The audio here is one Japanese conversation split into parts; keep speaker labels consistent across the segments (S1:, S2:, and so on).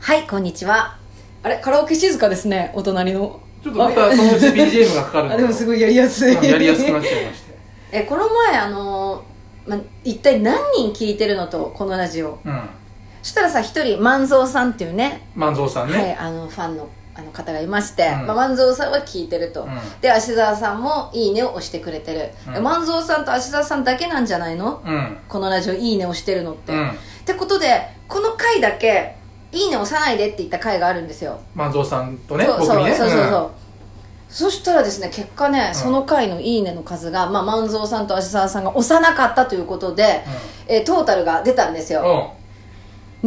S1: はい、こんにちは。
S2: あれカラオケ静かですねお隣の
S3: ちょっとまたそのうち BGM がかかるん
S2: あでもす
S3: す
S2: ごいやりやすい
S3: やりや すくなっちゃいまして
S1: え、この前、あのーま、一体何人聞いてるのと、このラジオ。
S3: うん
S1: そしたらさ、一人、万蔵さんっていうね、
S3: 万蔵さん
S1: はい、
S3: ね、
S1: あの、ファンのあの方がいまして、
S3: うん
S1: まあ、万蔵さんは聞いてると。
S3: うん
S1: で、芦沢さんも、いいねを押してくれてる。
S3: うん
S1: え万蔵さんと芦沢さんだけなんじゃないの
S3: うん
S1: このラジオ、いいねを押してるのって。
S3: う
S1: っ
S3: ん
S1: てことで、この回だけ、いいね押さないでって言った回があるんですよ。
S3: 万蔵さんとね
S1: そう
S3: 僕
S1: そう
S3: にね
S1: そうそうそう、
S3: ん
S1: そしたらですね結果ね、
S3: ん
S1: その回の「いいね」の数が、まあ、万蔵さんと芦沢さんが押さなかったということで、えートータルが出たんです
S3: う
S1: よ、
S3: んうん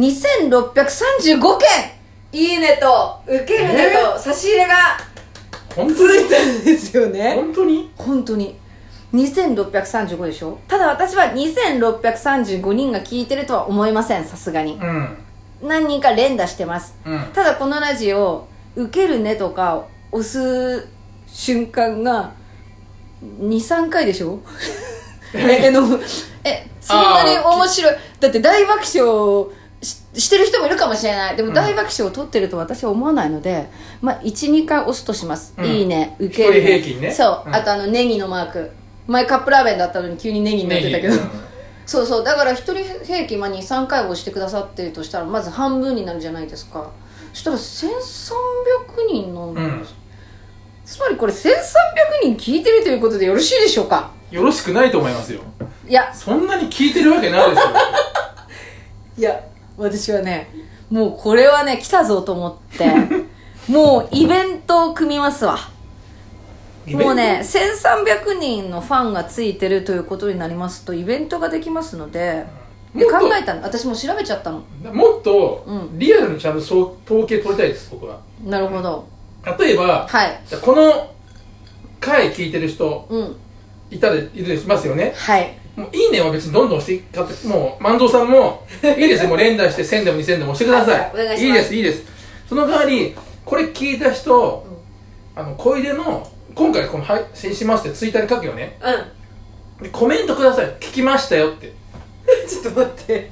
S1: 2635件「いいね」と「受けるね」と差し入れが
S3: 本当
S1: 続
S3: に
S1: いたんですよね
S3: 本当に
S1: 本当に2635でしょただ私は2635人が聞いてるとは思いませんさすがに
S3: うん
S1: 何人か連打してます
S3: うん
S1: ただこのラジオ「受けるね」とか押す瞬間が23回でしょ えあのえそんなに面白いだって大爆笑をししてる人もいるかもしれないでも
S3: うん
S1: 大爆笑を取ってると私は思わないので、まあ12回押すとします、
S3: うん
S1: いいね受ける
S3: 一人平均ね
S1: そう、
S3: うん
S1: あとあのネギのマーク前カップラーメンだったのに急にネギになってたけど、
S3: ネギうん
S1: そうそうだから一人平均まあ23回押してくださってるとしたらまず半分になるじゃないですかそしたら1300人の、
S3: うん
S1: つまりこれ1300人聞いてるということでよろしいでしょうか
S3: よろしくないと思いますよ
S1: いや
S3: そんなに聞いてるわけないですよ
S1: いや私はねもうこれはね来たぞと思って もうイベントを組みますわ
S3: イベン ト
S1: もうね1300人のファンがついてるということになりますとイベントができますのでで
S3: もっと
S1: 考えたの私も調べちゃったの
S3: もっと
S1: うん
S3: リアルにちゃんとそう統計取りたいです僕は
S1: なるほど
S3: 例えば
S1: はい
S3: じゃあこの回聞いてる人
S1: うん
S3: いたらいるとしますよね
S1: はい
S3: もういいねは別にどんどん押していったって、もう、万蔵さ んも、いいですよ、もう連打して1000でも2000でも押してくださ
S1: はい
S3: い。
S1: お願いします
S3: いです、いいです。その代わり、これ聞いた人、あの、小出の、今回この配信しますってツイッターに書くよね。
S1: う
S3: でコメントください。聞きましたよって。
S1: ん ちょっと待って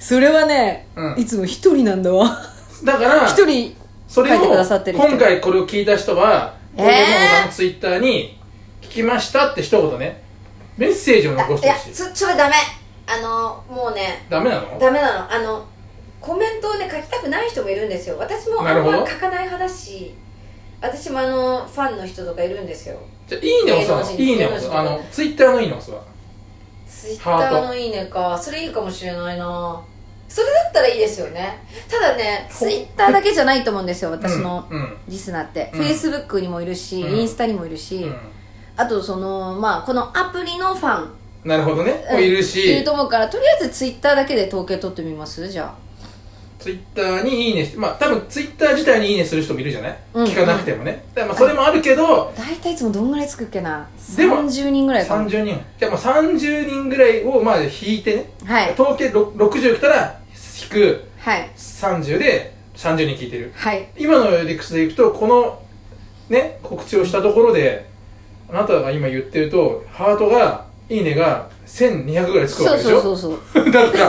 S1: それはね、
S3: うん
S1: いつも一人なんだわ
S3: だから、
S1: 一人
S3: それ
S1: 書いて
S3: を、
S1: くださってる人
S3: 今回これを聞いた人は、
S1: えー
S3: 小出の他のツイッターに、聞きましたって一言ね、メッセージを残
S1: あ
S3: し
S1: い
S3: て
S1: や
S3: ほしい。
S1: そそれダメあのもうね
S3: ダメなの
S1: ダメなのあのコメントをね書きたくない人もいるんですよ私もあ
S3: なんるほど
S1: ま書かない派だし私もあのファンの人とかいるんですよ
S3: じゃあ、いいねをさ、い
S1: 芸能人
S3: いねを
S1: 芸能
S3: さ、
S1: 人
S3: あの、ツイッターのいいねをさ、
S1: ツイッターの「いいねか」それいいかもしれないなそれだったらいいですよねただね
S3: ほ
S1: ツイッターだけじゃないと思うんですよ私の
S3: うん、うん
S1: リスナーって、
S3: うん
S1: フェイスブックにもいるし、
S3: うん
S1: インスタにもいるし、
S3: うん
S1: あとそのまあこのアプリのファン
S3: なるほどね、もういるし
S1: いると思うからとりあえずツイッターだけで統計取ってみますじゃ
S3: ツイッターにいいねしてまあ多分ツイッター自体にいいねする人もいるじゃない、
S1: うん
S3: 聞かなくてもねだからまあそれもあるけど
S1: あ大体いつもどんぐらいつくっけな
S3: でも
S1: 30人ぐらいかな
S3: 30人じゃあまあ30人ぐらいをまあ引いてね、
S1: はい
S3: 統計ろ60来たら引く
S1: はい
S3: 30で30人聞いてる
S1: はい
S3: 今の理屈でいくとこのね告知をしたところであなたが今言ってるとハートがいいねが1200ぐらいつくわ
S1: そ
S3: け
S1: う
S3: でし
S1: そう
S3: ょ
S1: そう
S3: う
S1: そう
S3: だからだか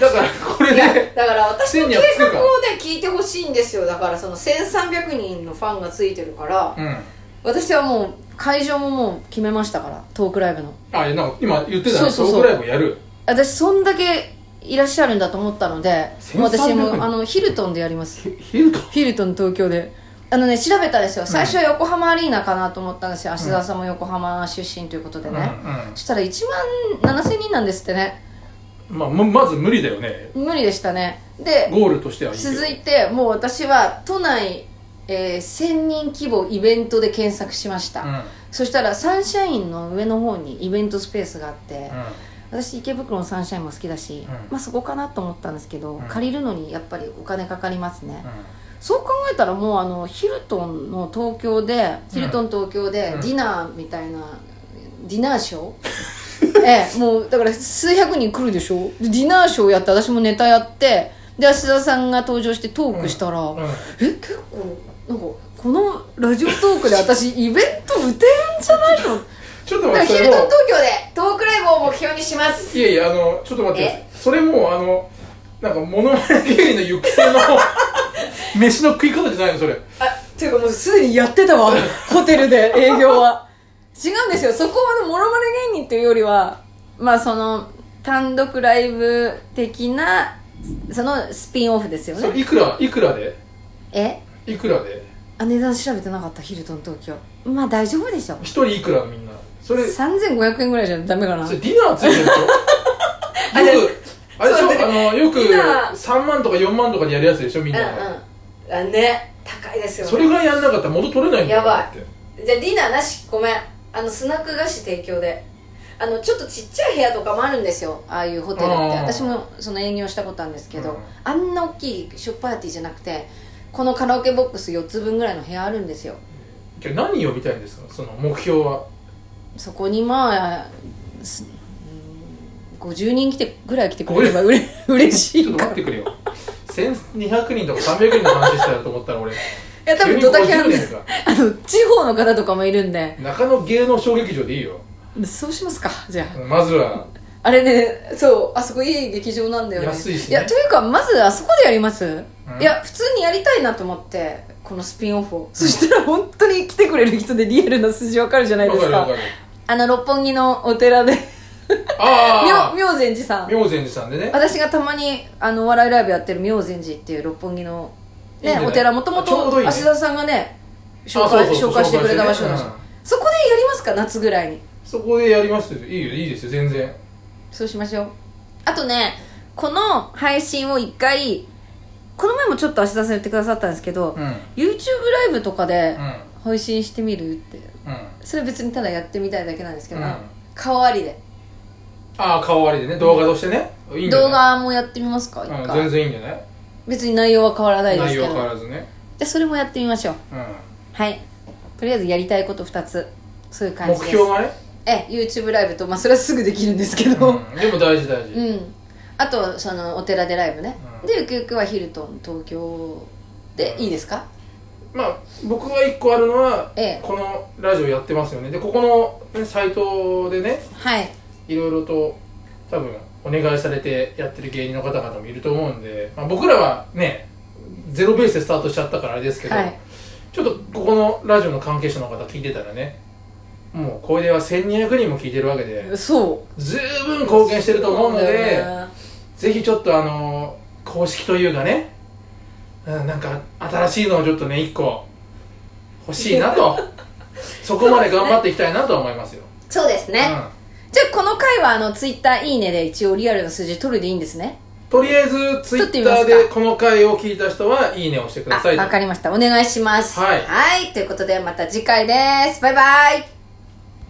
S3: らこれ
S1: いや
S3: で
S1: だから私の
S3: 1000に
S1: 計
S3: はつくか
S1: 画をね聞いてほしいんですよだからその1300人のファンがついてるから
S3: うん
S1: 私はもう会場ももう決めましたからトークライブの
S3: あいやなんか今言ってた
S1: そう
S3: ね
S1: そう
S3: ト
S1: そう
S3: ークライブやる
S1: 私そんだけいらっしゃるんだと思ったので
S3: 1300
S1: もう私もあのヒルトンでやります
S3: ヒヒルトン
S1: ヒルトン東京であのね調べたんですよ最初は横浜アリーナかなと思ったんですよ芦沢さんも横浜出身ということでね、そしたら1万7000人なんですってね
S3: うんうんまあ、ままず無理だよね
S1: 無理でしたねで
S3: ゴールとしてはいいけど
S1: 続いてもう私は都内、えー1000人規模イベントで検索しました、
S3: うん、うん
S1: そしたらサンシャインの上の方にイベントスペースがあって、私池袋のサンシャインも好きだし、
S3: ん
S1: まあそこかなと思ったんですけど、
S3: うん
S1: 借りるのにやっぱりお金かかりますね、
S3: うん
S1: そう考えたらもうあのヒルトンの東京でヒルトン東京で
S3: うん
S1: ディナーみたいな、ディナーショーええもうだから数百人来るでしょでディナーショーやって私もネタやってで芦田さんが登場してトークしたら、
S3: うんうん
S1: え結構なんかこのラジオトークで私イベント打てんじゃないの
S3: ちょっと
S1: だから
S3: 待っ
S1: ヒ
S3: て
S1: ル
S3: それ
S1: トン
S3: も
S1: 東京でトークライブを目標にします
S3: いやいやあのちょっと待ってそれもうあのなんかモノマネ芸人の行く 末の飯の食い方じゃないのそれ
S1: あていうかもうすでにやってた わホテルで営業は違うんですよそこはもろまね芸人というよりはまあその単独ライブ的なそのスピンオフですよ
S3: それ
S1: ね
S3: いくらいくらで
S1: え
S3: いくらで
S1: あ値段調べてなかったヒルトン東京まあ大丈夫でしょ
S3: 一人いくらみんなそれそ
S1: 3500円ぐらいじゃダメかな
S3: れディナーついてるでしょ
S1: あじゃあ
S3: よくあれでし
S1: そう
S3: ょ
S1: だ
S3: あのよく
S1: ディナー
S3: 3万とか4万とかでやるやつでしょみんなが、
S1: うんうんあね高いですよね
S3: それぐらいやんなかったら元取れないんだよ
S1: やばい
S3: だって
S1: じゃあディナーなしごめんあのスナック菓子提供であのちょっとちっちゃい部屋とかもあるんですよああいうホテルって
S3: あー
S1: 私もその営業したことあるんですけど、
S3: うん
S1: あんな大きいショーパーティーじゃなくてこのカラオケボックス4つ分ぐらいの部屋あるんですよ
S3: 今日何呼びたいんですかその目標は
S1: そこにまあすうん50人来てぐらい来てくれればうれ嬉し
S3: ち
S1: い
S3: ょっと
S1: か
S3: 待ってくれよ1200人とか300人の話したらと思ったら俺
S1: いや多分ドタキャン
S3: 急に50
S1: で
S3: 人か
S1: あの地方の方とかもいるんで
S3: 中野芸能小劇場でいいよ
S1: そうしますかじゃあ
S3: まずは
S1: あれねそうあそこいい劇場なんだよね
S3: 安いしね
S1: やというかまずあそこでやります、
S3: ん
S1: いや普通にやりたいなと思ってこのスピンオフをそしたら本当に来てくれる人でリアルな数字わかるじゃないですか
S3: わかるわかる
S1: あの六本木のお寺で
S3: あ
S1: 妙妙禅寺さ
S3: あ
S1: ん
S3: 明善寺さんでね
S1: 私がたまにあのお笑いライブやってる妙禅寺っていう六本木の、
S3: いいんじ
S1: ね
S3: ゃ、ない
S1: お寺もとも
S3: ちょうど
S1: と
S3: いいね
S1: 芦田さんがね紹
S3: あ
S1: 介
S3: そうそう
S1: 紹介してくれた場所なんですよ
S3: 紹介してね
S1: そこでやりますか夏ぐらいに
S3: うんそこでやりますよいいよいいですよ全然
S1: そうしましょうあとねこの配信を一回この前もちょっと足田さん言ってくださったんですけど、
S3: うんうん
S1: YouTube ライブとかで
S3: うん
S1: 配信してみるってそれ別にただやってみたいだけなんですけど、
S3: うん
S1: 顔ありで
S3: ああ顔割りでね動画としてねいいんじゃ
S1: 動
S3: な
S1: 画もやってみますか一
S3: いうん
S1: 回、
S3: 全然いいんじゃない
S1: 別に内容は変わらないです
S3: 内
S1: け
S3: 容
S1: ど
S3: 変わらずね
S1: じゃあそれもやってみましょう
S3: うん
S1: はいとりあえずやりたいこと2つそういう感
S3: 目
S1: じです
S3: 標はね
S1: ええ YouTube ライブとまあそれはすぐできるんですけど、
S3: うんでも大事大事
S1: うん、あとそのお寺でライブね、
S3: うん
S1: でゆくゆくはヒルトン東京で
S3: うん
S1: いいですか
S3: まあ僕が一個あるのは
S1: ええ
S3: このラジオやってますよねでここのねサイトでね
S1: はい
S3: いろいろと多分お願いされてやってる芸人の方々もいると思うんで、まあ、僕らはねゼロベースでスタートしちゃったからあれですけど、
S1: はい
S3: ちょっとここのラジオの関係者の方聞いてたらねもうこれでは1200人も聞いてるわけで
S1: そ
S3: 十分貢献してると思うので、
S1: ね
S3: ぜひちょっとあの公式というかね、うん、なんか新しいのをちょっとね一個欲しいなと そこまで頑張っていきたいなとは思いますよ、
S1: そうですね、
S3: うん
S1: じゃあこの回はあのツイッターいいねで一応リアルな数字取るでいいんですね
S3: とりあえずツイ
S1: 撮
S3: ッター
S1: ってみます
S3: でこの回を聞いた人はいいねを押してく
S1: あ
S3: ださいと
S1: わかりましたお願いします
S3: はい
S1: はいということでまた次回ですバイバイ